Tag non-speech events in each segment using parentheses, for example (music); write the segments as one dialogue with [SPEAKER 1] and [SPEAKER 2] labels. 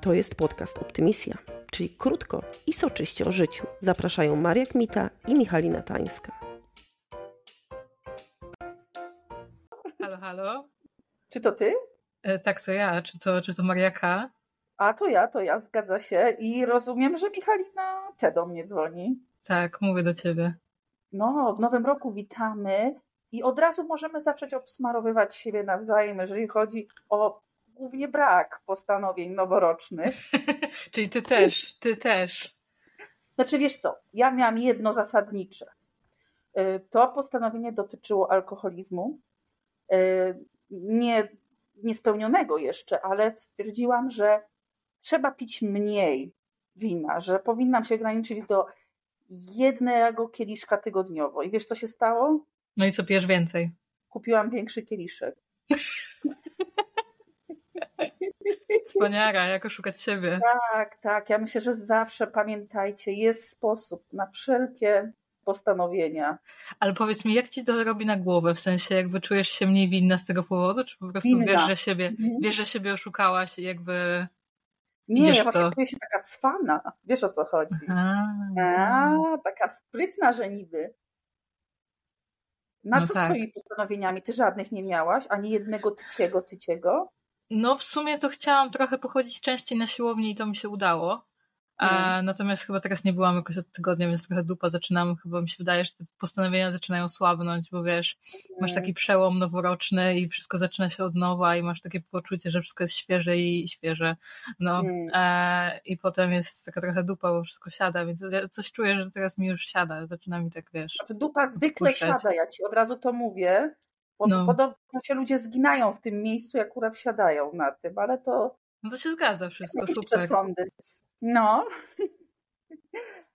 [SPEAKER 1] To jest podcast Optymisja, czyli krótko i soczyście o życiu. Zapraszają Maria Kmita i Michalina Tańska.
[SPEAKER 2] Halo, halo.
[SPEAKER 3] Czy to ty?
[SPEAKER 2] E, Tak, to ja. Czy to, czy to Mariaka?
[SPEAKER 3] A to ja, to ja, zgadza się. I rozumiem, że Michalina te do mnie dzwoni.
[SPEAKER 2] Tak, mówię do ciebie.
[SPEAKER 3] No, w nowym roku witamy i od razu możemy zacząć obsmarowywać siebie nawzajem, jeżeli chodzi o głównie brak postanowień noworocznych.
[SPEAKER 2] Czyli ty też, ty też.
[SPEAKER 3] Znaczy, wiesz co, ja miałam jedno zasadnicze. Y, To postanowienie dotyczyło alkoholizmu. y, Nie, niespełnionego jeszcze, ale stwierdziłam, że trzeba pić mniej wina, że powinnam się ograniczyć do jednego kieliszka tygodniowo. I wiesz, co się stało?
[SPEAKER 2] No i co pijesz więcej?
[SPEAKER 3] Kupiłam większy kieliszek.
[SPEAKER 2] Wspaniara, jak oszukać siebie.
[SPEAKER 3] Tak, tak. Ja myślę, że zawsze pamiętajcie, jest sposób na wszelkie postanowienia.
[SPEAKER 2] Ale powiedz mi, jak ci to robi na głowę? W sensie, jakby czujesz się mniej winna z tego powodu? Czy po prostu
[SPEAKER 3] Winna.
[SPEAKER 2] wiesz, że siebie, wiesz, że siebie oszukałaś i jakby...
[SPEAKER 3] Nie,
[SPEAKER 2] Idziesz
[SPEAKER 3] ja
[SPEAKER 2] w to.
[SPEAKER 3] właśnie czuję się taka cwana. Wiesz o co chodzi.
[SPEAKER 2] A,
[SPEAKER 3] A, taka sprytna, że niby. Na
[SPEAKER 2] No
[SPEAKER 3] co
[SPEAKER 2] tak.
[SPEAKER 3] z twoimi postanowieniami? Ty żadnych nie miałaś? Ani jednego tyciego, tyciego?
[SPEAKER 2] No w sumie to chciałam trochę pochodzić częściej na siłowni i to mi się udało. A,
[SPEAKER 3] Mhm.
[SPEAKER 2] natomiast chyba teraz nie byłam jakoś od tygodnia, więc trochę dupa zaczynam. Chyba mi się wydaje, że te postanowienia zaczynają słabnąć, bo wiesz,
[SPEAKER 3] Mhm.
[SPEAKER 2] Masz taki przełom noworoczny i wszystko zaczyna się od nowa i masz takie poczucie, że wszystko jest świeże i świeże. No
[SPEAKER 3] Mm.
[SPEAKER 2] e, i potem jest taka trochę dupa, bo wszystko siada, więc ja coś czuję, że teraz mi już siada, zaczyna mi tak, wiesz.
[SPEAKER 3] Znaczy, Dupa zwykle
[SPEAKER 2] Puszczać.
[SPEAKER 3] siada, ja ci od razu to mówię. Bo
[SPEAKER 2] No.
[SPEAKER 3] Podobno się ludzie zginają w tym miejscu i akurat siadają na tym, ale to
[SPEAKER 2] No to się zgadza wszystko,
[SPEAKER 3] jakieś
[SPEAKER 2] super.
[SPEAKER 3] przesądy. No. (laughs)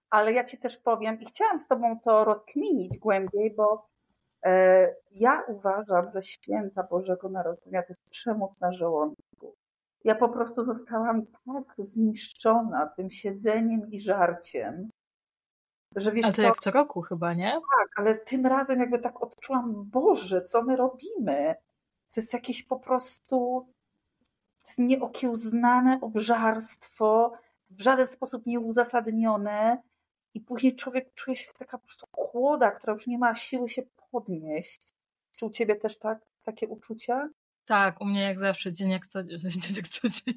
[SPEAKER 3] ale ja ci też powiem i chciałam z tobą to rozkminić głębiej, bo e, ja uważam, że święta Bożego Narodzenia to jest przemoc na żołądku. Ja po prostu zostałam tak zniszczona tym siedzeniem i żarciem, że wiesz
[SPEAKER 2] A
[SPEAKER 3] co,
[SPEAKER 2] to jak co roku chyba, nie?
[SPEAKER 3] tak, ale tym razem jakby tak odczułam, Boże, co my robimy? To jest jakieś po prostu to jest nieokiełznane obżarstwo, w żaden sposób nieuzasadnione i później człowiek czuje się jak taka po prostu kłoda, która już nie ma siły się podnieść. Czy u Ciebie też tak, takie uczucia?
[SPEAKER 2] Tak, u mnie jak zawsze, dzień jak co, (laughs) dzień jak co dzień.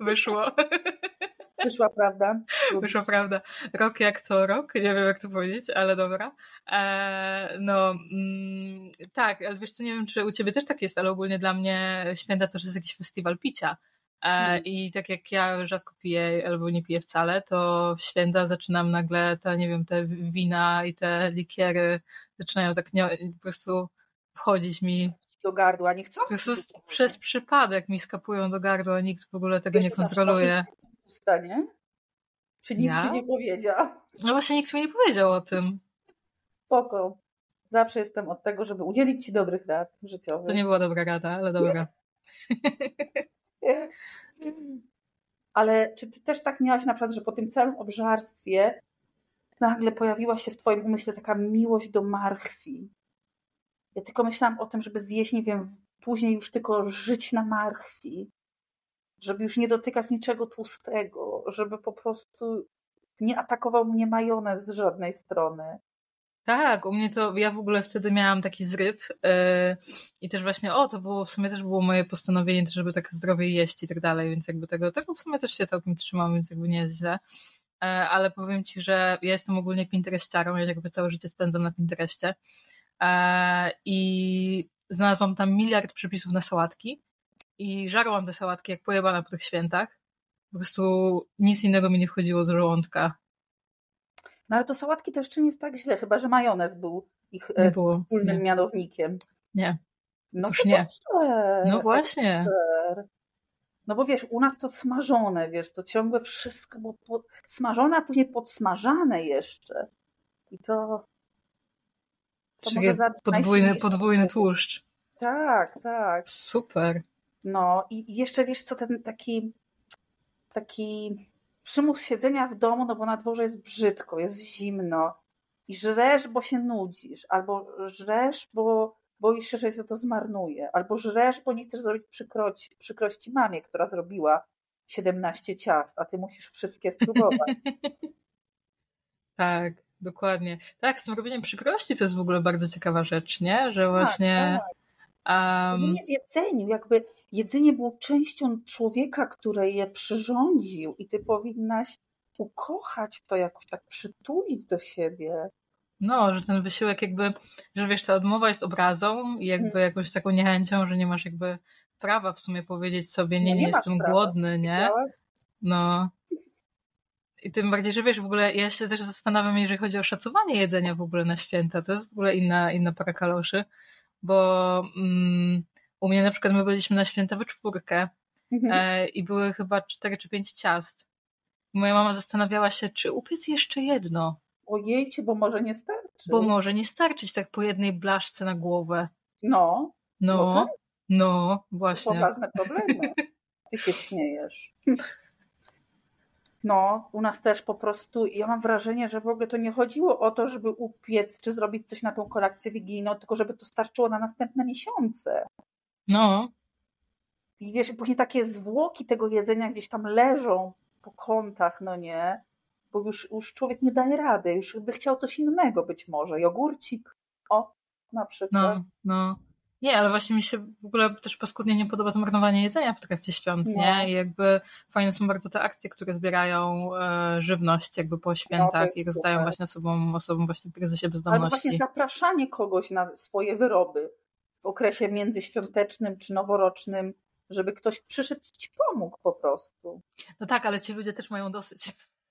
[SPEAKER 2] Wyszło, (laughs)
[SPEAKER 3] Wyszła (laughs) prawda?
[SPEAKER 2] wyszło prawda. Rok jak co rok, nie wiem jak to powiedzieć, ale dobra. Eee, no, mm, tak, ale wiesz co, nie wiem, czy u ciebie też tak jest, ale ogólnie dla mnie święta to jest jakiś festiwal picia. E,
[SPEAKER 3] Mhm.
[SPEAKER 2] I tak jak ja rzadko piję albo nie piję wcale, to w święta zaczynam nagle te, nie wiem, te wina i te likiery zaczynają tak nie, po prostu wchodzić mi.
[SPEAKER 3] Do gardła, nie chcą?
[SPEAKER 2] Po prostu s- przez przypadek mi skapują do gardła, nikt w ogóle tego nie kontroluje.
[SPEAKER 3] Usta, nie? Czy nikt
[SPEAKER 2] Ja?
[SPEAKER 3] Ci nie powiedział?
[SPEAKER 2] No właśnie nikt mi nie powiedział o tym.
[SPEAKER 3] Spoko. Zawsze jestem od tego, żeby udzielić Ci dobrych rad życiowych.
[SPEAKER 2] To nie była dobra rada, ale dobra.
[SPEAKER 3] Ale czy Ty też tak miałaś na przykład, że po tym całym obżarstwie nagle pojawiła się w Twoim umyśle taka miłość do marchwi? Ja tylko myślałam o tym, żeby zjeść, nie wiem, w- później już tylko żyć na marchwi, żeby już nie dotykać niczego tłustego, żeby po prostu nie atakował mnie majonez z żadnej strony.
[SPEAKER 2] Tak, u mnie to, ja w ogóle wtedy miałam taki zryw e, i też właśnie, o, to było, w sumie też było moje postanowienie, też, żeby tak zdrowiej jeść i tak dalej, więc jakby tego, tego w sumie też się całkiem trzymam, więc jakby nie jest źle, E, ale powiem Ci, że ja jestem ogólnie pintereściarą, ja jakby całe życie spędzam na Pinterestie E, i znalazłam tam miliard przepisów na sałatki i żarłam te sałatki jak pojebana po tych świętach, po prostu nic innego mi nie wchodziło do żołądka,
[SPEAKER 3] No ale to sałatki to jeszcze nie jest tak źle, chyba że majonez był ich
[SPEAKER 2] nie
[SPEAKER 3] e,
[SPEAKER 2] było.
[SPEAKER 3] wspólnym
[SPEAKER 2] Nie.
[SPEAKER 3] mianownikiem.
[SPEAKER 2] Nie.
[SPEAKER 3] No
[SPEAKER 2] Już
[SPEAKER 3] to
[SPEAKER 2] nie.
[SPEAKER 3] dobrze.
[SPEAKER 2] No właśnie.
[SPEAKER 3] Super. No bo wiesz, u nas to smażone, wiesz, to ciągle wszystko, bo po... smażone, a później podsmażane jeszcze. I to, to
[SPEAKER 2] Czyli
[SPEAKER 3] może za
[SPEAKER 2] Podwójny,
[SPEAKER 3] najsilniejsze-
[SPEAKER 2] podwójny tłuszcz.
[SPEAKER 3] Tak, tak.
[SPEAKER 2] Super.
[SPEAKER 3] No i i jeszcze wiesz co, ten taki, taki przymus siedzenia w domu, no bo na dworze jest brzydko, jest zimno i żresz, bo się nudzisz, albo żresz, bo boisz się, że się to zmarnuje, albo żresz, bo nie chcesz zrobić przykroci, przykrości mamie, która zrobiła 17 ciast, a ty musisz wszystkie spróbować.
[SPEAKER 2] Tak, dokładnie. Tak, z tym robieniem przykrości to jest w ogóle bardzo ciekawa rzecz, nie? Że właśnie.
[SPEAKER 3] Tak, To
[SPEAKER 2] em,
[SPEAKER 3] nie w jedzeniu, jakby jedzenie było częścią człowieka, który je przyrządził i ty powinnaś ukochać to jakoś tak przytulić do siebie.
[SPEAKER 2] no, że ten wysiłek jakby, że wiesz, ta odmowa jest obrazą i
[SPEAKER 3] Mm.
[SPEAKER 2] jakby jakąś taką niechęcią, że nie masz jakby prawa w sumie powiedzieć sobie, nie,
[SPEAKER 3] No
[SPEAKER 2] nie,
[SPEAKER 3] masz
[SPEAKER 2] jestem
[SPEAKER 3] prawa,
[SPEAKER 2] głodny, nie?
[SPEAKER 3] Wiedziałaś?
[SPEAKER 2] No. I tym bardziej, że wiesz, w ogóle ja się też zastanawiam, jeżeli chodzi o szacowanie jedzenia w ogóle na święta. To jest w ogóle inna, inna para kaloszy, bo mm, u mnie na przykład my byliśmy na święta we czwórkę
[SPEAKER 3] Mhm.
[SPEAKER 2] e, i były chyba cztery czy pięć ciast. Moja mama zastanawiała się, czy upiec jeszcze jedno,
[SPEAKER 3] Ojejcie, bo może nie starczy.
[SPEAKER 2] bo może nie starczyć tak po jednej blaszce na głowę.
[SPEAKER 3] No, No
[SPEAKER 2] No,
[SPEAKER 3] tak.
[SPEAKER 2] no,
[SPEAKER 3] to
[SPEAKER 2] właśnie.
[SPEAKER 3] poważne problemy. Ty się śmiejesz. No, u nas też po prostu, ja mam wrażenie, że w ogóle to nie chodziło o to, żeby upiec czy zrobić coś na tą kolację wigilijną, tylko żeby to starczyło na następne miesiące.
[SPEAKER 2] No,
[SPEAKER 3] I wiesz, i później takie zwłoki tego jedzenia gdzieś tam leżą po kątach, no nie? Bo już, już człowiek nie daje rady, już by chciał coś innego być może. Jogurcik, o, na przykład.
[SPEAKER 2] no, no. Nie, ale właśnie mi się w ogóle też paskudnie nie podoba to marnowanie jedzenia w trakcie świąt,
[SPEAKER 3] No.
[SPEAKER 2] nie? I jakby fajne są bardzo te akcje, które zbierają e, żywność jakby po świętach
[SPEAKER 3] No, jest
[SPEAKER 2] i rozdają
[SPEAKER 3] super.
[SPEAKER 2] właśnie osobom, osobom właśnie w kryzysie
[SPEAKER 3] Albo właśnie
[SPEAKER 2] bezdomności.
[SPEAKER 3] zapraszanie kogoś na swoje wyroby w okresie międzyświątecznym czy noworocznym, żeby ktoś przyszedł i ci pomógł po prostu.
[SPEAKER 2] No tak, ale ci ludzie też mają dosyć.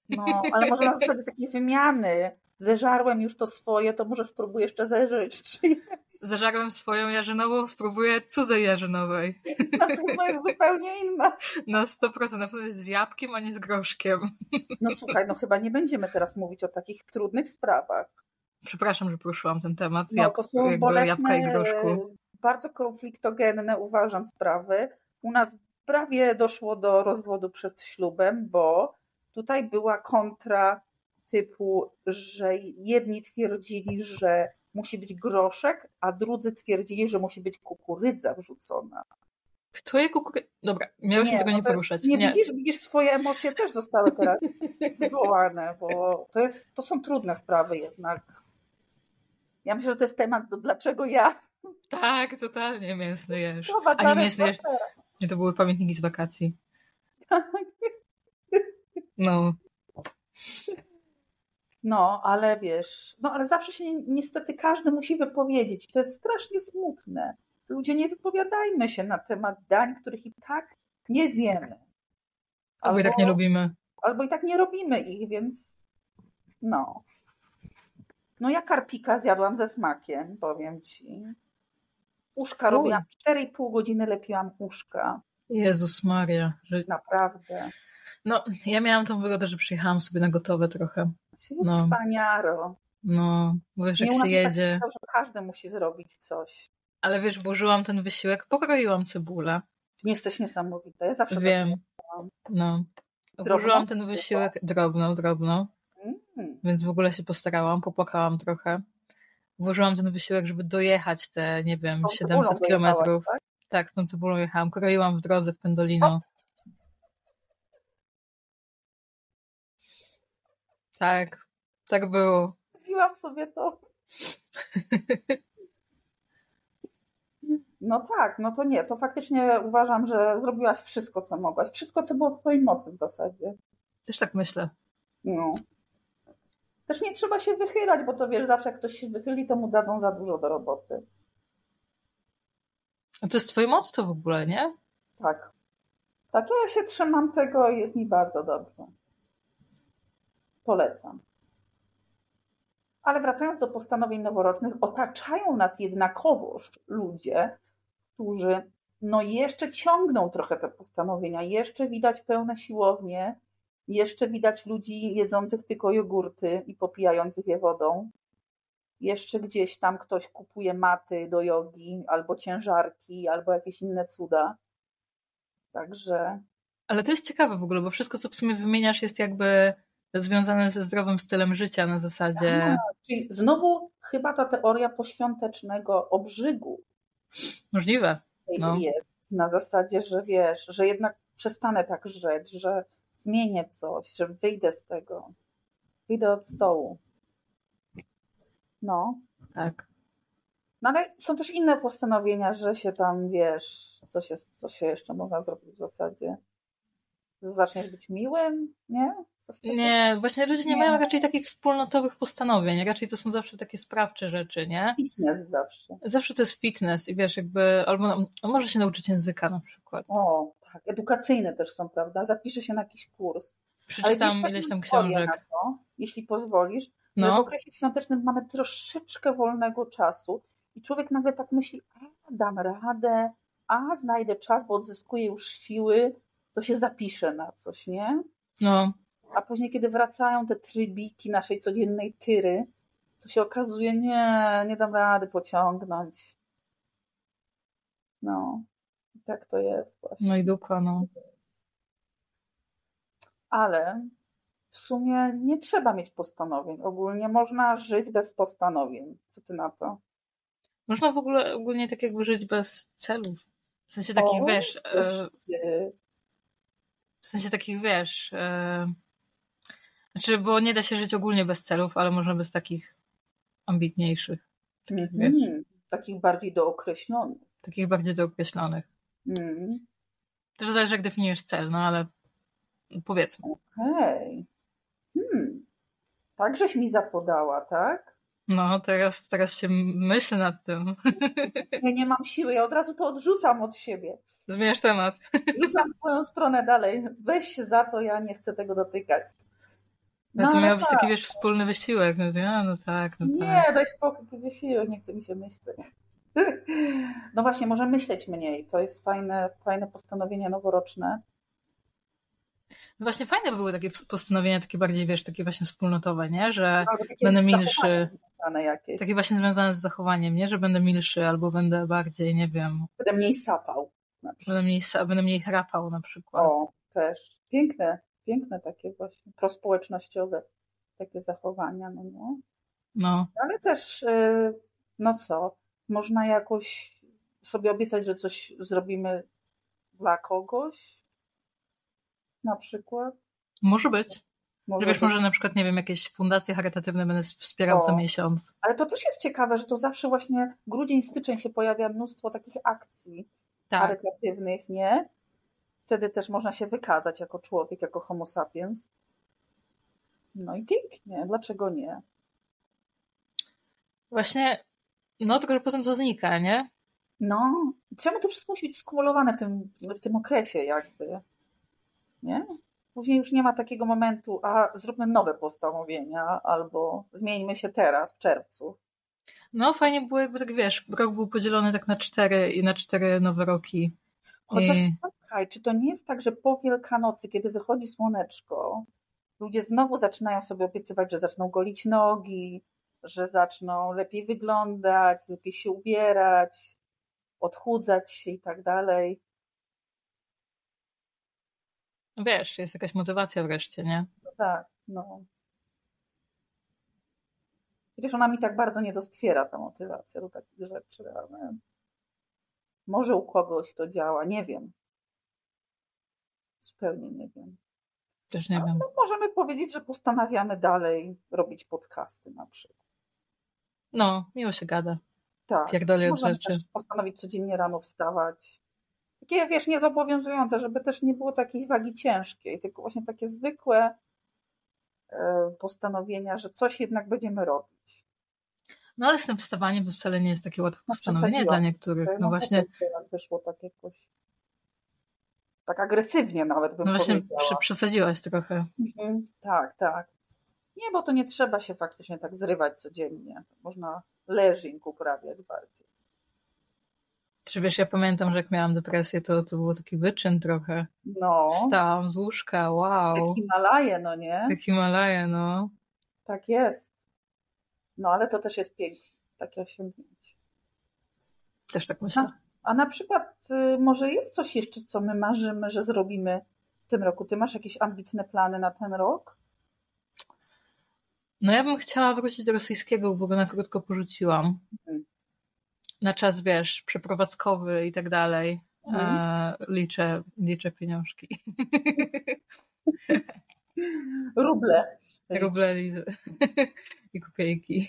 [SPEAKER 3] No, ale może na zasadzie takiej wymiany. Zeżarłem już to swoje, to może spróbuję jeszcze zeżyć. (laughs) Czyli
[SPEAKER 2] Zażarłem swoją jarzynową, spróbuję cudzej jarzynowej.
[SPEAKER 3] na pewno jest zupełnie inna.
[SPEAKER 2] Na 100%, na pewno z jabłkiem, a nie z groszkiem.
[SPEAKER 3] No słuchaj, no chyba nie będziemy teraz mówić o takich trudnych sprawach.
[SPEAKER 2] Przepraszam, że poruszyłam ten temat.
[SPEAKER 3] No
[SPEAKER 2] Jab,
[SPEAKER 3] to są
[SPEAKER 2] jakby jabłka
[SPEAKER 3] bolesne,
[SPEAKER 2] i groszku.
[SPEAKER 3] e, bardzo konfliktogenne uważam sprawy. U nas prawie doszło do rozwodu przed ślubem, bo tutaj była kontra typu, że jedni twierdzili, że musi być groszek, a drudzy twierdzili, że musi być kukurydza wrzucona.
[SPEAKER 2] Kto je kukury... Dobra, miałyśmy tego
[SPEAKER 3] no
[SPEAKER 2] nie
[SPEAKER 3] to jest-
[SPEAKER 2] poruszać.
[SPEAKER 3] Nie, widzisz, widzisz, twoje emocje też zostały
[SPEAKER 2] (laughs)
[SPEAKER 3] teraz wywołane, bo to, jest, to są trudne sprawy jednak. Ja myślę, że to jest temat do dlaczego ja.
[SPEAKER 2] Tak, totalnie mięsny jesz.
[SPEAKER 3] Słowa
[SPEAKER 2] A nie
[SPEAKER 3] Darek
[SPEAKER 2] mięsny jesz.
[SPEAKER 3] Zapera.
[SPEAKER 2] Nie, to były pamiętniki z wakacji. No,
[SPEAKER 3] (laughs) No, ale wiesz, no ale zawsze się ni- niestety każdy musi wypowiedzieć. To jest strasznie smutne. Ludzie, nie wypowiadajmy się na temat dań, których i tak nie zjemy.
[SPEAKER 2] albo i tak nie lubimy.
[SPEAKER 3] albo i tak nie robimy ich, więc no. No ja karpika zjadłam ze smakiem, powiem ci. Uszka
[SPEAKER 2] Uj.
[SPEAKER 3] robiłam, 4,5 godziny lepiłam uszka,
[SPEAKER 2] Jezus Maria. Że...
[SPEAKER 3] naprawdę.
[SPEAKER 2] No, ja miałam tą wygodę, że przyjechałam sobie na gotowe trochę. No.
[SPEAKER 3] Wspaniaro.
[SPEAKER 2] No, bo wiesz,
[SPEAKER 3] Nie,
[SPEAKER 2] jak
[SPEAKER 3] u nas
[SPEAKER 2] się
[SPEAKER 3] jest tak,
[SPEAKER 2] jedzie.
[SPEAKER 3] że każdy musi zrobić coś.
[SPEAKER 2] Ale wiesz, włożyłam ten wysiłek, pokroiłam cebulę.
[SPEAKER 3] Ty Jesteś niesamowita, ja zawsze
[SPEAKER 2] Wiem. No. Włożyłam ten
[SPEAKER 3] Drobną?
[SPEAKER 2] wysiłek drobną, drobną.
[SPEAKER 3] tak- Mm.
[SPEAKER 2] więc w ogóle się postarałam, popłakałam trochę. Włożyłam ten wysiłek, żeby dojechać te, nie wiem,
[SPEAKER 3] Tą cebulą
[SPEAKER 2] 700
[SPEAKER 3] dojechałaś,
[SPEAKER 2] kilometrów.
[SPEAKER 3] tak?
[SPEAKER 2] Tak, z tą cebulą jechałam, kroiłam w drodze w Pendolino. Tak, tak było.
[SPEAKER 3] Zrobiłam sobie to. No tak, no to nie, to faktycznie uważam, że zrobiłaś wszystko, co mogłaś. Wszystko, co było w twojej mocy w zasadzie.
[SPEAKER 2] Też tak myślę.
[SPEAKER 3] No. Też nie trzeba się wychylać, bo to wiesz, zawsze jak ktoś się wychyli, to mu dadzą za dużo do roboty.
[SPEAKER 2] A to jest twoje motto w ogóle, nie?
[SPEAKER 3] Tak. Tak, ja się trzymam tego i jest mi bardzo dobrze. Polecam. Ale wracając do postanowień noworocznych, otaczają nas jednakowoż ludzie, którzy no jeszcze ciągną trochę te postanowienia, jeszcze widać pełne siłownie, jeszcze widać ludzi jedzących tylko jogurty i popijających je wodą. Jeszcze gdzieś tam ktoś kupuje maty do jogi, albo ciężarki, albo jakieś inne cuda. Także
[SPEAKER 2] Ale to jest ciekawe w ogóle, bo wszystko, co w sumie wymieniasz, jest jakby związane ze zdrowym stylem życia na zasadzie,
[SPEAKER 3] Czyli znowu chyba ta teoria poświątecznego obrzygu
[SPEAKER 2] możliwe, No.
[SPEAKER 3] jest na zasadzie, że wiesz, że jednak przestanę tak żreć, że zmienię coś, że wyjdę z tego. Wyjdę od stołu. No.
[SPEAKER 2] Tak.
[SPEAKER 3] No ale są też inne postanowienia, że się tam, wiesz, co się, co się jeszcze można zrobić w zasadzie. Zaczniesz być miłym, nie? Coś takiego.
[SPEAKER 2] Nie, właśnie ludzie nie,
[SPEAKER 3] Nie.
[SPEAKER 2] mają raczej takich wspólnotowych postanowień. Raczej to są zawsze takie sprawcze rzeczy, nie?
[SPEAKER 3] Fitness zawsze.
[SPEAKER 2] Zawsze to jest fitness i wiesz, jakby, albo no, może się nauczyć języka na przykład.
[SPEAKER 3] O, tak. Edukacyjne też są, prawda? Zapiszę się na jakiś kurs. Ale
[SPEAKER 2] Przeczytam
[SPEAKER 3] wiesz,
[SPEAKER 2] ileś
[SPEAKER 3] tak
[SPEAKER 2] tam
[SPEAKER 3] pozwolę na
[SPEAKER 2] książek.
[SPEAKER 3] To, jeśli pozwolisz, że w
[SPEAKER 2] No,
[SPEAKER 3] okresie świątecznym mamy troszeczkę wolnego czasu i człowiek nagle tak myśli, a dam radę, a znajdę czas, bo odzyskuję już siły, to się zapiszę na coś, nie?
[SPEAKER 2] no,
[SPEAKER 3] A później, kiedy wracają te trybiki naszej codziennej tyry, to się okazuje, nie, nie dam rady pociągnąć. No, i tak to jest właśnie.
[SPEAKER 2] no i dupa, no.
[SPEAKER 3] ale w sumie nie trzeba mieć postanowień. Ogólnie można żyć bez postanowień. Co ty na to?
[SPEAKER 2] Można w ogóle ogólnie tak jakby żyć bez celów. W sensie takich,
[SPEAKER 3] O,
[SPEAKER 2] wiesz, e,
[SPEAKER 3] Yy,
[SPEAKER 2] w sensie takich, wiesz, e, znaczy, bo nie da się żyć ogólnie bez celów, ale można bez takich ambitniejszych,
[SPEAKER 3] mhm. Takich bardziej dookreślonych.
[SPEAKER 2] takich bardziej dookreślonych.
[SPEAKER 3] Mm.
[SPEAKER 2] Też zależy, jak definiujesz cel, no ale powiedzmy.
[SPEAKER 3] Hej. Hmm. Tak żeś mi zapodała, tak?
[SPEAKER 2] No, teraz, teraz się myślę nad tym.
[SPEAKER 3] Ja nie mam siły, ja od razu to odrzucam od siebie.
[SPEAKER 2] Zmieniasz temat.
[SPEAKER 3] Rzucam w twoją stronę dalej. Weź się za to, ja nie chcę tego dotykać.
[SPEAKER 2] No, to
[SPEAKER 3] ale
[SPEAKER 2] miał być
[SPEAKER 3] tak.
[SPEAKER 2] taki, wiesz, wspólny wysiłek. No, ja, no tak, no
[SPEAKER 3] Nie,
[SPEAKER 2] tak.
[SPEAKER 3] daj spokój, ty wysiłek, nie chce mi się myśleć. (laughs) No właśnie, może myśleć mniej. To jest fajne, fajne postanowienie noworoczne.
[SPEAKER 2] No Właśnie fajne by były takie postanowienia, takie bardziej, wiesz, takie właśnie wspólnotowe, nie? Że
[SPEAKER 3] Albo takie
[SPEAKER 2] Tak, Będę
[SPEAKER 3] z
[SPEAKER 2] milszy.
[SPEAKER 3] zachowaniem związane Jakieś.
[SPEAKER 2] takie właśnie związane z zachowaniem, nie? Że będę milszy albo będę bardziej, nie wiem,
[SPEAKER 3] Będę mniej sapał. Na przykład.
[SPEAKER 2] będę mniej, sa- będę mniej chrapał na przykład.
[SPEAKER 3] O, też. Piękne, piękne takie właśnie prospołecznościowe takie zachowania, no nie?
[SPEAKER 2] No,
[SPEAKER 3] Ale też, yy, no co, można jakoś sobie obiecać, że coś zrobimy dla kogoś, na przykład.
[SPEAKER 2] może być. Że
[SPEAKER 3] Może
[SPEAKER 2] wiesz,
[SPEAKER 3] to-
[SPEAKER 2] może na przykład, nie wiem, jakieś fundacje charytatywne będę wspierał
[SPEAKER 3] O.
[SPEAKER 2] co miesiąc.
[SPEAKER 3] Ale to też jest ciekawe, że to zawsze właśnie grudzień, styczeń się pojawia mnóstwo takich akcji
[SPEAKER 2] Tak,
[SPEAKER 3] charytatywnych, nie? Wtedy też można się wykazać jako człowiek, jako homo sapiens. No i pięknie, dlaczego nie?
[SPEAKER 2] właśnie, no tylko, że potem to znika, nie?
[SPEAKER 3] No, czemu to wszystko musi być skumulowane w tym, w tym okresie jakby, nie? Później już nie ma takiego momentu, a zróbmy nowe postanowienia, albo zmieńmy się teraz, w czerwcu.
[SPEAKER 2] No fajnie było jakby tak wiesz, rok był podzielony tak na cztery i na cztery nowe roki.
[SPEAKER 3] Chociaż
[SPEAKER 2] I-
[SPEAKER 3] czekaj, czy to nie jest tak, że po Wielkanocy, kiedy wychodzi słoneczko, ludzie znowu zaczynają sobie obiecywać, że zaczną golić nogi, że zaczną lepiej wyglądać, lepiej się ubierać, odchudzać się i tak dalej.
[SPEAKER 2] No Wiesz, jest jakaś motywacja wreszcie, nie?
[SPEAKER 3] No tak, no. Przecież ona mi tak bardzo nie doskwiera, ta motywacja do takich rzeczy, ale może u kogoś to działa, nie wiem. Zupełnie nie wiem.
[SPEAKER 2] Też nie wiem.
[SPEAKER 3] No, możemy powiedzieć, że postanawiamy dalej robić podcasty na przykład.
[SPEAKER 2] No, miło się gada.
[SPEAKER 3] Tak.
[SPEAKER 2] Pierdolę od
[SPEAKER 3] Możemy
[SPEAKER 2] rzeczy.
[SPEAKER 3] też postanowić codziennie rano wstawać. Takie, wiesz, niezobowiązujące, żeby też nie było takiej wagi ciężkiej, tylko właśnie takie zwykłe e, postanowienia, że coś jednak będziemy robić.
[SPEAKER 2] No ale z tym wstawaniem to wcale nie jest takie łatwe
[SPEAKER 3] No,
[SPEAKER 2] postanowienie
[SPEAKER 3] przesadziłam.
[SPEAKER 2] dla niektórych.
[SPEAKER 3] Tak,
[SPEAKER 2] No właśnie,
[SPEAKER 3] potem Teraz wyszło tak jakoś, tak agresywnie nawet bym
[SPEAKER 2] no właśnie prze-
[SPEAKER 3] powiedziała.
[SPEAKER 2] przesadziłaś trochę.
[SPEAKER 3] Mhm, Tak, tak. Nie, bo to nie trzeba się faktycznie tak zrywać codziennie. Można leżing uprawiać bardziej.
[SPEAKER 2] Czy wiesz, ja pamiętam, że jak miałam depresję, to, to był taki wyczyn trochę.
[SPEAKER 3] No,
[SPEAKER 2] Wstałam z łóżka, wow.
[SPEAKER 3] te Himalaje, no nie?
[SPEAKER 2] Jak Himalaje, no.
[SPEAKER 3] Tak jest. No, ale to też jest piękne, takie osiągnięcie.
[SPEAKER 2] Też tak myślę.
[SPEAKER 3] A na przykład y, może jest coś jeszcze, co my marzymy, że zrobimy w tym roku? Ty masz jakieś ambitne plany na ten rok?
[SPEAKER 2] No ja bym chciała wrócić do rosyjskiego, bo go na krótko porzuciłam.
[SPEAKER 3] Mhm.
[SPEAKER 2] Na czas, wiesz, przeprowadzkowy i tak dalej. A, liczę, liczę pieniążki.
[SPEAKER 3] Ruble.
[SPEAKER 2] (laughs) Ruble liczę. i kupiejki.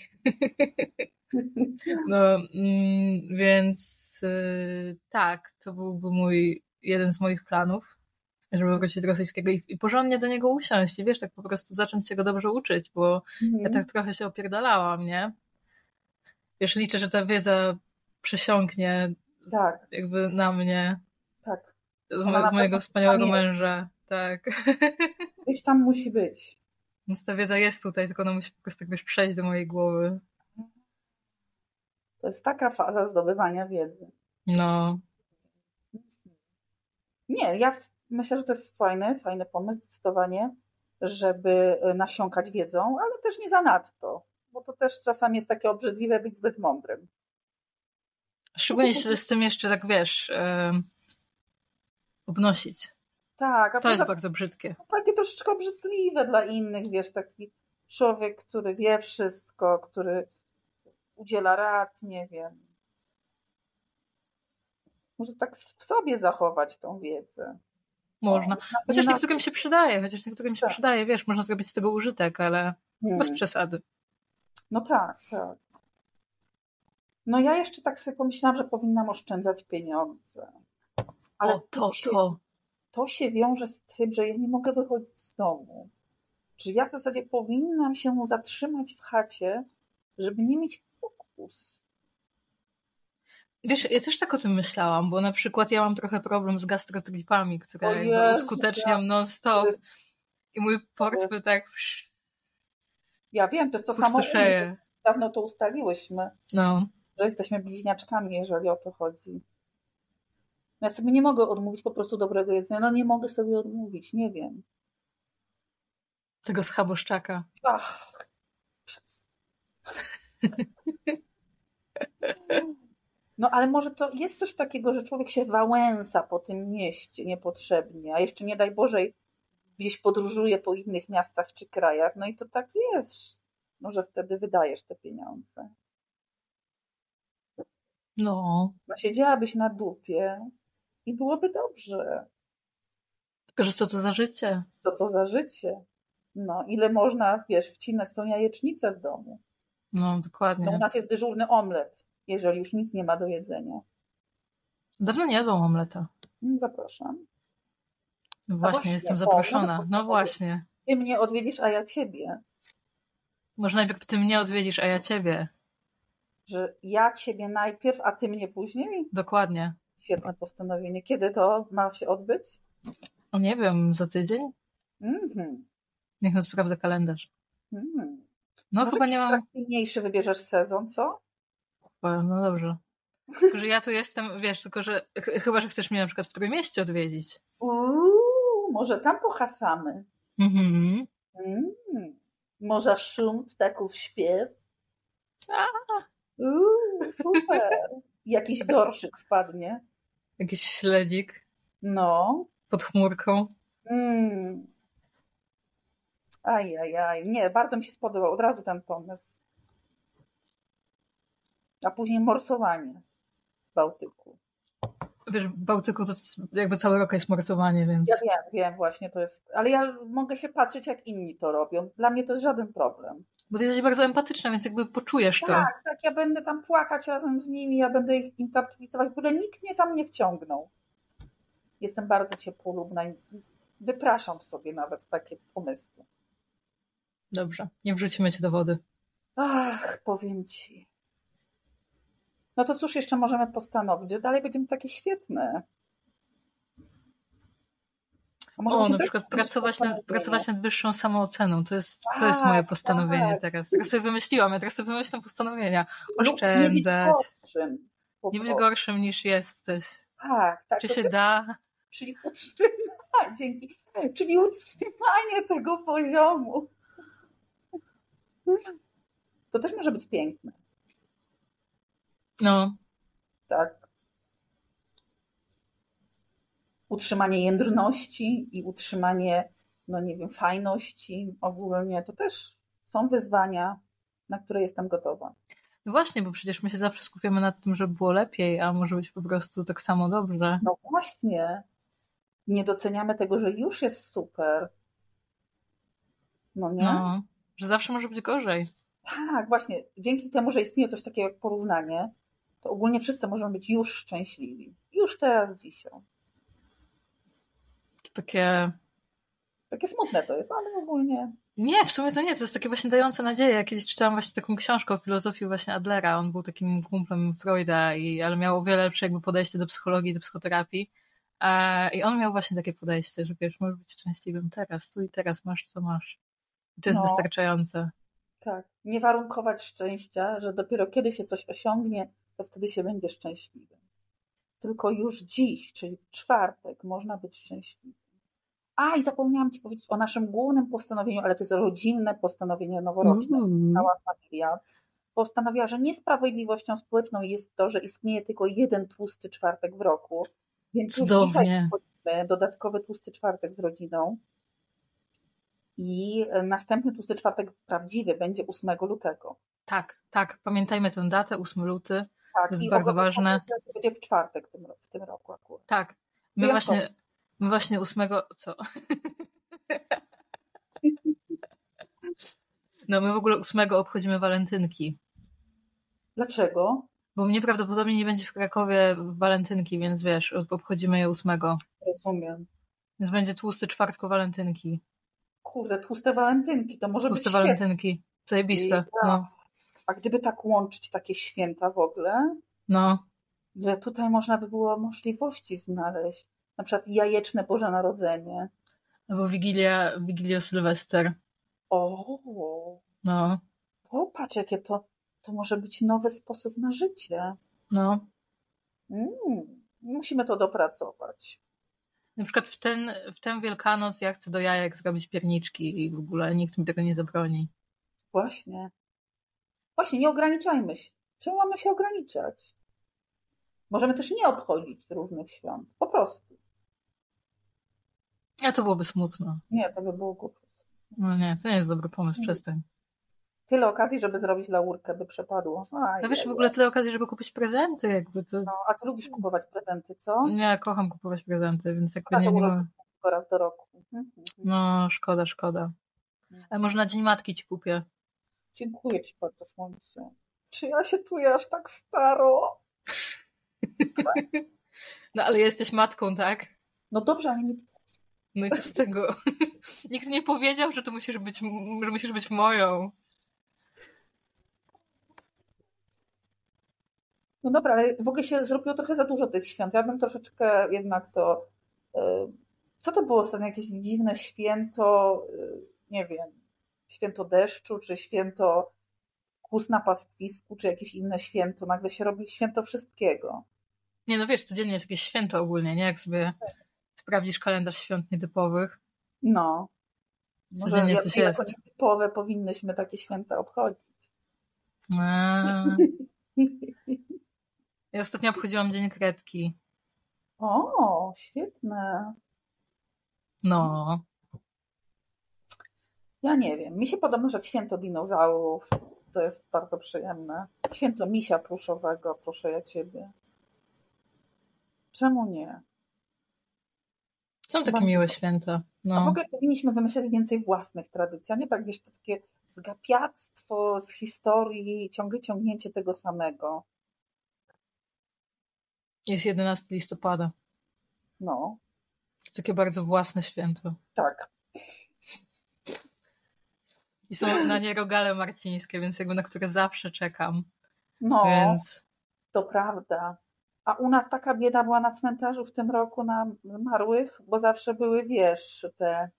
[SPEAKER 2] No, mm, więc y, tak, to byłby mój, jeden z moich planów, żeby wrócić do rosyjskiego i, i porządnie do niego usiąść i wiesz, tak po prostu zacząć się go dobrze uczyć, bo
[SPEAKER 3] Mhm.
[SPEAKER 2] ja tak trochę się opierdalałam, nie? Wiesz, liczę, że ta wiedza przesiąknie
[SPEAKER 3] Tak,
[SPEAKER 2] jakby na mnie,
[SPEAKER 3] tak.
[SPEAKER 2] z,
[SPEAKER 3] Ona
[SPEAKER 2] mo-
[SPEAKER 3] na
[SPEAKER 2] z mojego
[SPEAKER 3] pewno
[SPEAKER 2] wspaniałego
[SPEAKER 3] tam jest.
[SPEAKER 2] męża, tak. (laughs)
[SPEAKER 3] Gdzieś tam musi być.
[SPEAKER 2] Więc ta wiedza jest tutaj, tylko ona musi po prostu tak wiesz, przejść do mojej głowy.
[SPEAKER 3] To jest taka faza zdobywania wiedzy.
[SPEAKER 2] No,
[SPEAKER 3] Mhm. Nie, ja w- myślę, że to jest fajny, fajny pomysł zdecydowanie, żeby y, nasiąkać wiedzą, ale też nie zanadto, bo to też czasami jest takie obrzydliwe być zbyt mądrym.
[SPEAKER 2] Szczególnie się z tym jeszcze tak wiesz, em, obnosić.
[SPEAKER 3] Tak, a
[SPEAKER 2] To jest
[SPEAKER 3] poza-
[SPEAKER 2] bardzo brzydkie.
[SPEAKER 3] takie troszeczkę obrzydliwe dla innych, wiesz, taki człowiek, który wie wszystko, który udziela rad, nie wiem. Może tak s- w sobie zachować tą wiedzę.
[SPEAKER 2] Można.
[SPEAKER 3] No,
[SPEAKER 2] Chociaż
[SPEAKER 3] nie
[SPEAKER 2] niektórym się
[SPEAKER 3] narzuć.
[SPEAKER 2] przydaje, chociaż niektórym się
[SPEAKER 3] Tak.
[SPEAKER 2] przydaje, wiesz, można zrobić z tego użytek, ale
[SPEAKER 3] Hmm.
[SPEAKER 2] bez przesady.
[SPEAKER 3] No tak, tak. No ja jeszcze tak sobie pomyślałam, że powinnam oszczędzać pieniądze. Ale
[SPEAKER 2] o, to,
[SPEAKER 3] się,
[SPEAKER 2] to.
[SPEAKER 3] to się wiąże z tym, że ja nie mogę wychodzić z domu. Czyli ja w zasadzie powinnam się zatrzymać w chacie, żeby nie mieć pokus.
[SPEAKER 2] Wiesz, ja też tak o tym myślałam, bo na przykład ja mam trochę problem z gastrotripami, które
[SPEAKER 3] O
[SPEAKER 2] jakby
[SPEAKER 3] Jezu, tak.
[SPEAKER 2] uskuteczniam non-stop i mój portfel tak psz,
[SPEAKER 3] Ja wiem, to jest to samo. u mnie.
[SPEAKER 2] pustoszeje.
[SPEAKER 3] Dawno to ustaliłyśmy,
[SPEAKER 2] No,
[SPEAKER 3] że jesteśmy bliźniaczkami, jeżeli o to chodzi. Ja sobie nie mogę odmówić po prostu dobrego jedzenia. No nie mogę sobie odmówić, nie wiem.
[SPEAKER 2] tego schaboszczaka.
[SPEAKER 3] Ach, przez- (laughs) No ale może to jest coś takiego, że człowiek się wałęsa po tym mieście niepotrzebnie, a jeszcze nie daj Boże gdzieś podróżuje po innych miastach czy krajach. No i to tak jest, no, że wtedy wydajesz te pieniądze.
[SPEAKER 2] No,
[SPEAKER 3] No siedziałabyś na dupie i byłoby dobrze.
[SPEAKER 2] tylko że co to za życie?
[SPEAKER 3] Co to za życie? No ile można, wiesz, wcinać tą jajecznicę w domu?
[SPEAKER 2] No,
[SPEAKER 3] No, u
[SPEAKER 2] dokładnie.
[SPEAKER 3] nas jest dyżurny omlet, jeżeli już nic nie ma do jedzenia.
[SPEAKER 2] Dawno nie jadłam omleta.
[SPEAKER 3] Mm, Zapraszam.
[SPEAKER 2] No właśnie,
[SPEAKER 3] właśnie,
[SPEAKER 2] jestem
[SPEAKER 3] o, no
[SPEAKER 2] zaproszona.
[SPEAKER 3] to
[SPEAKER 2] No
[SPEAKER 3] powiem.
[SPEAKER 2] właśnie.
[SPEAKER 3] Ty mnie odwiedzisz, a ja ciebie.
[SPEAKER 2] Może najpierw ty mnie odwiedzisz, a ja ciebie.
[SPEAKER 3] Że ja ciebie najpierw, a ty mnie później?
[SPEAKER 2] Dokładnie.
[SPEAKER 3] Świetne postanowienie. Kiedy to ma się odbyć?
[SPEAKER 2] O, No nie wiem, za tydzień?
[SPEAKER 3] Mhm.
[SPEAKER 2] Niech nas sprawdza kalendarz.
[SPEAKER 3] Mm.
[SPEAKER 2] No
[SPEAKER 3] Może
[SPEAKER 2] chyba nie mam.
[SPEAKER 3] atrakcyjniejszy wybierzesz sezon, co?
[SPEAKER 2] No dobrze. Tylko, że ja tu jestem, wiesz, tylko, że ch- chyba, że chcesz mnie na przykład w Trójmieście odwiedzić.
[SPEAKER 3] Uuu, może tam pohasamy.
[SPEAKER 2] Mhm.
[SPEAKER 3] Mm. Może szum ptaków śpiew?
[SPEAKER 2] A.
[SPEAKER 3] Uuu, super. Jakiś dorszyk wpadnie.
[SPEAKER 2] Jakiś śledzik
[SPEAKER 3] No,
[SPEAKER 2] pod chmurką.
[SPEAKER 3] Mm. Aj, aj, aj. Nie, bardzo mi się spodobał od razu ten pomysł. A później morsowanie w Bałtyku.
[SPEAKER 2] Wiesz, w Bałtyku to c- jakby cały rok jest morsowanie, więc.
[SPEAKER 3] Ja wiem, wiem, właśnie to jest. Ale ja mogę się patrzeć, jak inni to robią. Dla mnie to jest żaden problem.
[SPEAKER 2] Bo ty jesteś bardzo empatyczna, więc jakby poczujesz to.
[SPEAKER 3] Tak, tak, ja będę tam płakać razem z nimi, ja będę ich im tam kibicować, w ogóle nikt mnie tam nie wciągnął. Jestem bardzo ciepłolubna i wypraszam sobie nawet takie pomysły.
[SPEAKER 2] Dobrze. Nie wrzucimy cię do wody.
[SPEAKER 3] Ach, powiem ci. No to cóż jeszcze możemy postanowić, że dalej będziemy takie świetne. A może
[SPEAKER 2] O,
[SPEAKER 3] będzie
[SPEAKER 2] na
[SPEAKER 3] też
[SPEAKER 2] przykład
[SPEAKER 3] jakieś
[SPEAKER 2] pracować
[SPEAKER 3] postanowienie?
[SPEAKER 2] nad, pracować nad wyższą samooceną. To jest, to jest
[SPEAKER 3] Tak,
[SPEAKER 2] moje postanowienie
[SPEAKER 3] tak.
[SPEAKER 2] teraz. Teraz sobie wymyśliłam, ja teraz sobie wymyślam postanowienia.
[SPEAKER 3] no. Lub nie być
[SPEAKER 2] Oszczędzać.
[SPEAKER 3] gorszym, po
[SPEAKER 2] Nie być
[SPEAKER 3] prostu.
[SPEAKER 2] gorszym niż jesteś.
[SPEAKER 3] Tak, tak.
[SPEAKER 2] Czy
[SPEAKER 3] to
[SPEAKER 2] się
[SPEAKER 3] też-
[SPEAKER 2] da?
[SPEAKER 3] Czyli utrzymanie, (laughs) dzięki. Czyli utrzymanie tego poziomu. To też może być piękne,
[SPEAKER 2] No,
[SPEAKER 3] tak. Utrzymanie jędrności i utrzymanie, no nie wiem, fajności ogólnie, to też są wyzwania, na które jestem gotowa.
[SPEAKER 2] No właśnie, bo przecież my się zawsze skupiamy na tym, żeby było lepiej, a może być po prostu tak samo dobrze.
[SPEAKER 3] No właśnie. Nie doceniamy tego, że już jest super. No nie?
[SPEAKER 2] No, że zawsze może być gorzej.
[SPEAKER 3] Tak, właśnie. Dzięki temu, że istnieje coś takiego jak porównanie, to ogólnie wszyscy możemy być już szczęśliwi. Już teraz, dzisiaj.
[SPEAKER 2] Takie
[SPEAKER 3] Takie smutne to jest, ale ogólnie.
[SPEAKER 2] Nie, w sumie to nie, to jest takie właśnie dające nadzieję. Ja Kiedyś czytałam właśnie taką książkę o filozofii właśnie Adlera. On był takim kumplem Freuda, i, ale miał o wiele lepsze jakby podejście do psychologii, do psychoterapii. E, I on miał właśnie takie podejście, że wiesz, możesz być szczęśliwym teraz, tu i teraz masz co masz. I to jest
[SPEAKER 3] No.
[SPEAKER 2] wystarczające.
[SPEAKER 3] Tak. Nie warunkować szczęścia, że dopiero kiedy się coś osiągnie, to wtedy się będzie szczęśliwym. Tylko już dziś, czyli w czwartek, można być szczęśliwym. A i zapomniałam Ci powiedzieć o naszym głównym postanowieniu, ale to jest rodzinne postanowienie
[SPEAKER 1] Mhm.
[SPEAKER 3] noworoczne. Cała familia postanowiła, że niesprawiedliwością społeczną jest to, że istnieje tylko jeden tłusty czwartek w roku. Więc już
[SPEAKER 2] Cudownie.
[SPEAKER 3] dzisiaj wchodzimy, dodatkowy tłusty czwartek z rodziną. I e, następny tłusty czwartek prawdziwy będzie 8 lutego.
[SPEAKER 2] Tak, tak, pamiętajmy tę datę, 8 luty.
[SPEAKER 3] Tak,
[SPEAKER 2] To jest
[SPEAKER 3] i
[SPEAKER 2] bardzo
[SPEAKER 3] ogólnie
[SPEAKER 2] ważne.
[SPEAKER 3] To będzie w czwartek tym, ro- w tym roku akurat.
[SPEAKER 2] Tak, my
[SPEAKER 3] Wyjątkowo.
[SPEAKER 2] właśnie, my właśnie 8,
[SPEAKER 3] (laughs)
[SPEAKER 2] co? No my w ogóle 8 obchodzimy walentynki.
[SPEAKER 3] Dlaczego?
[SPEAKER 2] Bo mnie prawdopodobnie nie będzie w Krakowie walentynki, więc wiesz, ob- obchodzimy je ósmego.
[SPEAKER 3] Rozumiem.
[SPEAKER 2] Więc będzie tłusty czwartko walentynki.
[SPEAKER 3] Kurde, tłuste walentynki, to może
[SPEAKER 2] Tłuste
[SPEAKER 3] być tak. święto.
[SPEAKER 2] walentynki. Zajebiste.
[SPEAKER 3] Ja.
[SPEAKER 2] No,
[SPEAKER 3] A gdyby tak łączyć takie święta w ogóle,
[SPEAKER 2] no.
[SPEAKER 3] że tutaj można by było możliwości znaleźć. Na przykład jajeczne Boże Narodzenie.
[SPEAKER 2] Albo Wigilia, Wigilia Sylwester.
[SPEAKER 3] O,
[SPEAKER 2] No,
[SPEAKER 3] popatrz jakie to, to może być nowy sposób na życie.
[SPEAKER 2] no.
[SPEAKER 3] Mm, musimy to dopracować.
[SPEAKER 2] Na przykład w, ten, w tę Wielkanoc ja chcę do jajek zrobić pierniczki i w ogóle nikt mi tego nie zabroni.
[SPEAKER 3] Właśnie. Właśnie, nie ograniczajmy się. Czemu mamy się ograniczać? Możemy też nie obchodzić różnych świąt. Po prostu.
[SPEAKER 2] A to byłoby smutno.
[SPEAKER 3] Nie, to by było głupie.
[SPEAKER 2] No nie, to nie jest dobry pomysł, przestań.
[SPEAKER 3] Tyle okazji, żeby zrobić laurkę, by przepadło. Aj,
[SPEAKER 2] Ja No wiesz, w
[SPEAKER 3] aj,
[SPEAKER 2] ogóle
[SPEAKER 3] aj.
[SPEAKER 2] tyle okazji, żeby kupić prezenty, jakby to...
[SPEAKER 3] No, a ty lubisz kupować prezenty, co?
[SPEAKER 2] No. Ja kocham kupować prezenty, więc jakby
[SPEAKER 3] Szkoda,
[SPEAKER 2] nie,
[SPEAKER 3] że
[SPEAKER 2] nie
[SPEAKER 3] urodziny
[SPEAKER 2] ma...
[SPEAKER 3] są tylko raz do roku. Mhm, mhm.
[SPEAKER 2] No, szkoda, szkoda. A może na Dzień Matki ci kupię.
[SPEAKER 3] Dziękuję ci bardzo, słońce. Czy ja się czuję aż tak staro?
[SPEAKER 2] No ale jesteś matką, tak?
[SPEAKER 3] No dobrze, ale nie
[SPEAKER 2] No i co z tego? (laughs) Nikt nie powiedział, że tu musisz być, m- że musisz być moją.
[SPEAKER 3] No dobra, ale w ogóle się zrobiło trochę za dużo tych świąt. Ja bym troszeczkę jednak to. y, Co to było ostatnio? Jakieś dziwne święto, y, nie wiem, święto deszczu, czy święto kus na pastwisku, czy jakieś inne święto. Nagle się robi święto wszystkiego.
[SPEAKER 2] Nie no wiesz, codziennie jest jakieś święto ogólnie, nie? Jak sobie sprawdzisz kalendarz świąt (laughs) nietypowych.
[SPEAKER 3] No.
[SPEAKER 2] Codziennie
[SPEAKER 3] ja-
[SPEAKER 2] coś
[SPEAKER 3] jako
[SPEAKER 2] jest.
[SPEAKER 3] nietypowe powinnyśmy takie święta obchodzić.
[SPEAKER 2] Eee. Ja ostatnio obchodziłam Dzień Kredki.
[SPEAKER 3] O, świetne.
[SPEAKER 2] No.
[SPEAKER 3] Ja nie wiem. Mi się podoba, że święto dinozaurów to jest bardzo przyjemne. Święto misia pluszowego, proszę ja ciebie. Czemu nie?
[SPEAKER 2] Są takie
[SPEAKER 3] Bardzo.
[SPEAKER 2] miłe święta.
[SPEAKER 3] A w
[SPEAKER 2] No.
[SPEAKER 3] ogóle powinniśmy wymyślać więcej własnych tradycji, a nie tak wiesz, to takie zgapiactwo z historii, ciągle ciągnięcie tego samego.
[SPEAKER 2] Jest 11 listopada.
[SPEAKER 3] No,
[SPEAKER 2] To takie bardzo własne święto.
[SPEAKER 3] tak.
[SPEAKER 2] I są na nie rogale marcińskie, więc jakby na które zawsze czekam.
[SPEAKER 3] No,
[SPEAKER 2] Więc
[SPEAKER 3] to prawda. A u nas taka bieda była na cmentarzu w tym roku na zmarłych, bo zawsze były, wiesz, te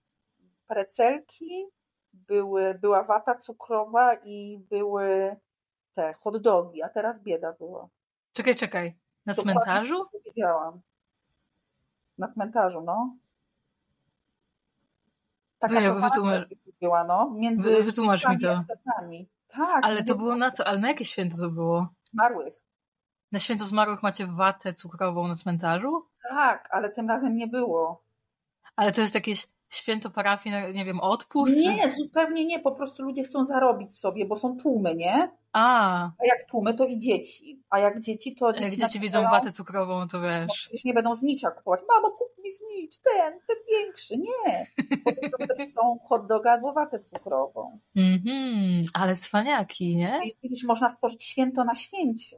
[SPEAKER 3] precelki, były, była wata cukrowa i były te hot dogi, a teraz bieda była.
[SPEAKER 2] Czekaj, czekaj. Na
[SPEAKER 3] Dokładnie.
[SPEAKER 2] cmentarzu?
[SPEAKER 3] Wiedziałam. Na cmentarzu, no. Taka
[SPEAKER 2] Wy-
[SPEAKER 3] prowadza
[SPEAKER 2] wytłumacz-
[SPEAKER 3] była, no, między
[SPEAKER 2] No Wy- wytłumacz mi
[SPEAKER 3] sztukami
[SPEAKER 2] to.
[SPEAKER 3] a sztukami. Tak,
[SPEAKER 2] Ale to
[SPEAKER 3] między
[SPEAKER 2] było na co? Ale na jakie święto to było?
[SPEAKER 3] zmarłych.
[SPEAKER 2] Na święto zmarłych macie watę cukrową na cmentarzu?
[SPEAKER 3] Tak, ale tym razem nie było.
[SPEAKER 2] Ale to jest jakieś święto parafii, na- nie wiem, odpust?
[SPEAKER 3] Nie, zupełnie nie. Po prostu ludzie chcą zarobić sobie, bo są tłumy, nie?
[SPEAKER 2] A,
[SPEAKER 3] A jak tłumy, to i dzieci. A jak dzieci, to
[SPEAKER 2] jak
[SPEAKER 3] na
[SPEAKER 2] dzieci
[SPEAKER 3] przykład
[SPEAKER 2] widzą
[SPEAKER 3] mają-
[SPEAKER 2] watę cukrową, to
[SPEAKER 3] No,
[SPEAKER 2] wiesz.
[SPEAKER 3] przecież nie będą znicza kupować. Mamo, kup mi znicz, ten, ten większy. Nie.
[SPEAKER 2] (laughs)
[SPEAKER 3] Bo to też są hot doga albo watę cukrową.
[SPEAKER 2] Mhm, ale cwaniaki, nie?
[SPEAKER 3] I kiedyś można stworzyć święto na święcie.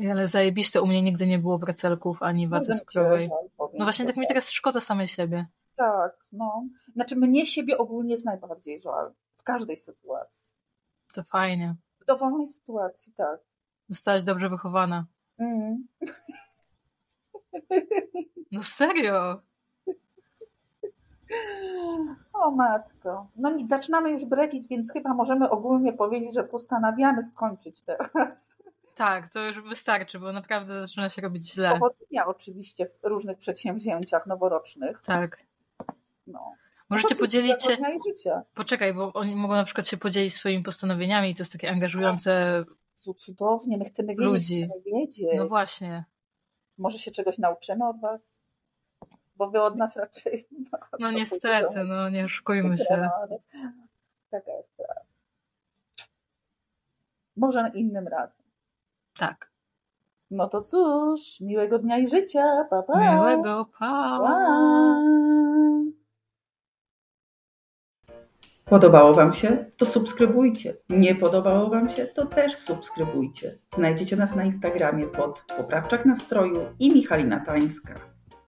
[SPEAKER 2] Ej, Ale zajebiste, u mnie nigdy nie było brecelków ani waty
[SPEAKER 3] Bardzo mi cię
[SPEAKER 2] cukrowej.
[SPEAKER 3] żal, powiem
[SPEAKER 2] No właśnie,
[SPEAKER 3] ci,
[SPEAKER 2] tak mi teraz szkoda samej siebie.
[SPEAKER 3] Tak, no. Znaczy mnie siebie ogólnie jest najbardziej żal. W każdej sytuacji.
[SPEAKER 2] To fajnie.
[SPEAKER 3] W dowolnej sytuacji, tak.
[SPEAKER 2] Zostałaś dobrze wychowana.
[SPEAKER 3] Mm.
[SPEAKER 2] No serio!
[SPEAKER 3] O matko. No nic, zaczynamy już bredzić, więc chyba możemy ogólnie powiedzieć, że postanawiamy skończyć teraz.
[SPEAKER 2] Tak, to już wystarczy, bo naprawdę zaczyna się robić źle.
[SPEAKER 3] Powodzenia oczywiście w różnych przedsięwzięciach noworocznych.
[SPEAKER 2] Tak.
[SPEAKER 3] No.
[SPEAKER 2] Możecie
[SPEAKER 3] Powodzenia
[SPEAKER 2] podzielić się.
[SPEAKER 3] dnia i życia.
[SPEAKER 2] Poczekaj, bo oni mogą na przykład się podzielić swoimi postanowieniami i to jest takie angażujące.
[SPEAKER 3] Jezu, Cudownie, my chcemy wiedzieć,
[SPEAKER 2] Ludzi.
[SPEAKER 3] chcemy wiedzieć.
[SPEAKER 2] No właśnie.
[SPEAKER 3] Może się czegoś nauczymy od was? Bo wy od nas raczej... (laughs)
[SPEAKER 2] No
[SPEAKER 3] co
[SPEAKER 2] niestety,
[SPEAKER 3] powiedzą.
[SPEAKER 2] no nie oszukujmy się.
[SPEAKER 3] Ale Taka jest prawda. Może innym razem.
[SPEAKER 2] Tak.
[SPEAKER 3] No to cóż, miłego dnia i życia. Pa, pa.
[SPEAKER 2] Miłego, pa!
[SPEAKER 3] Podobało Wam się? To subskrybujcie. Nie podobało Wam się? To też subskrybujcie. Znajdziecie nas na Instagramie pod Poprawczak Nastroju i Michalina Tańska.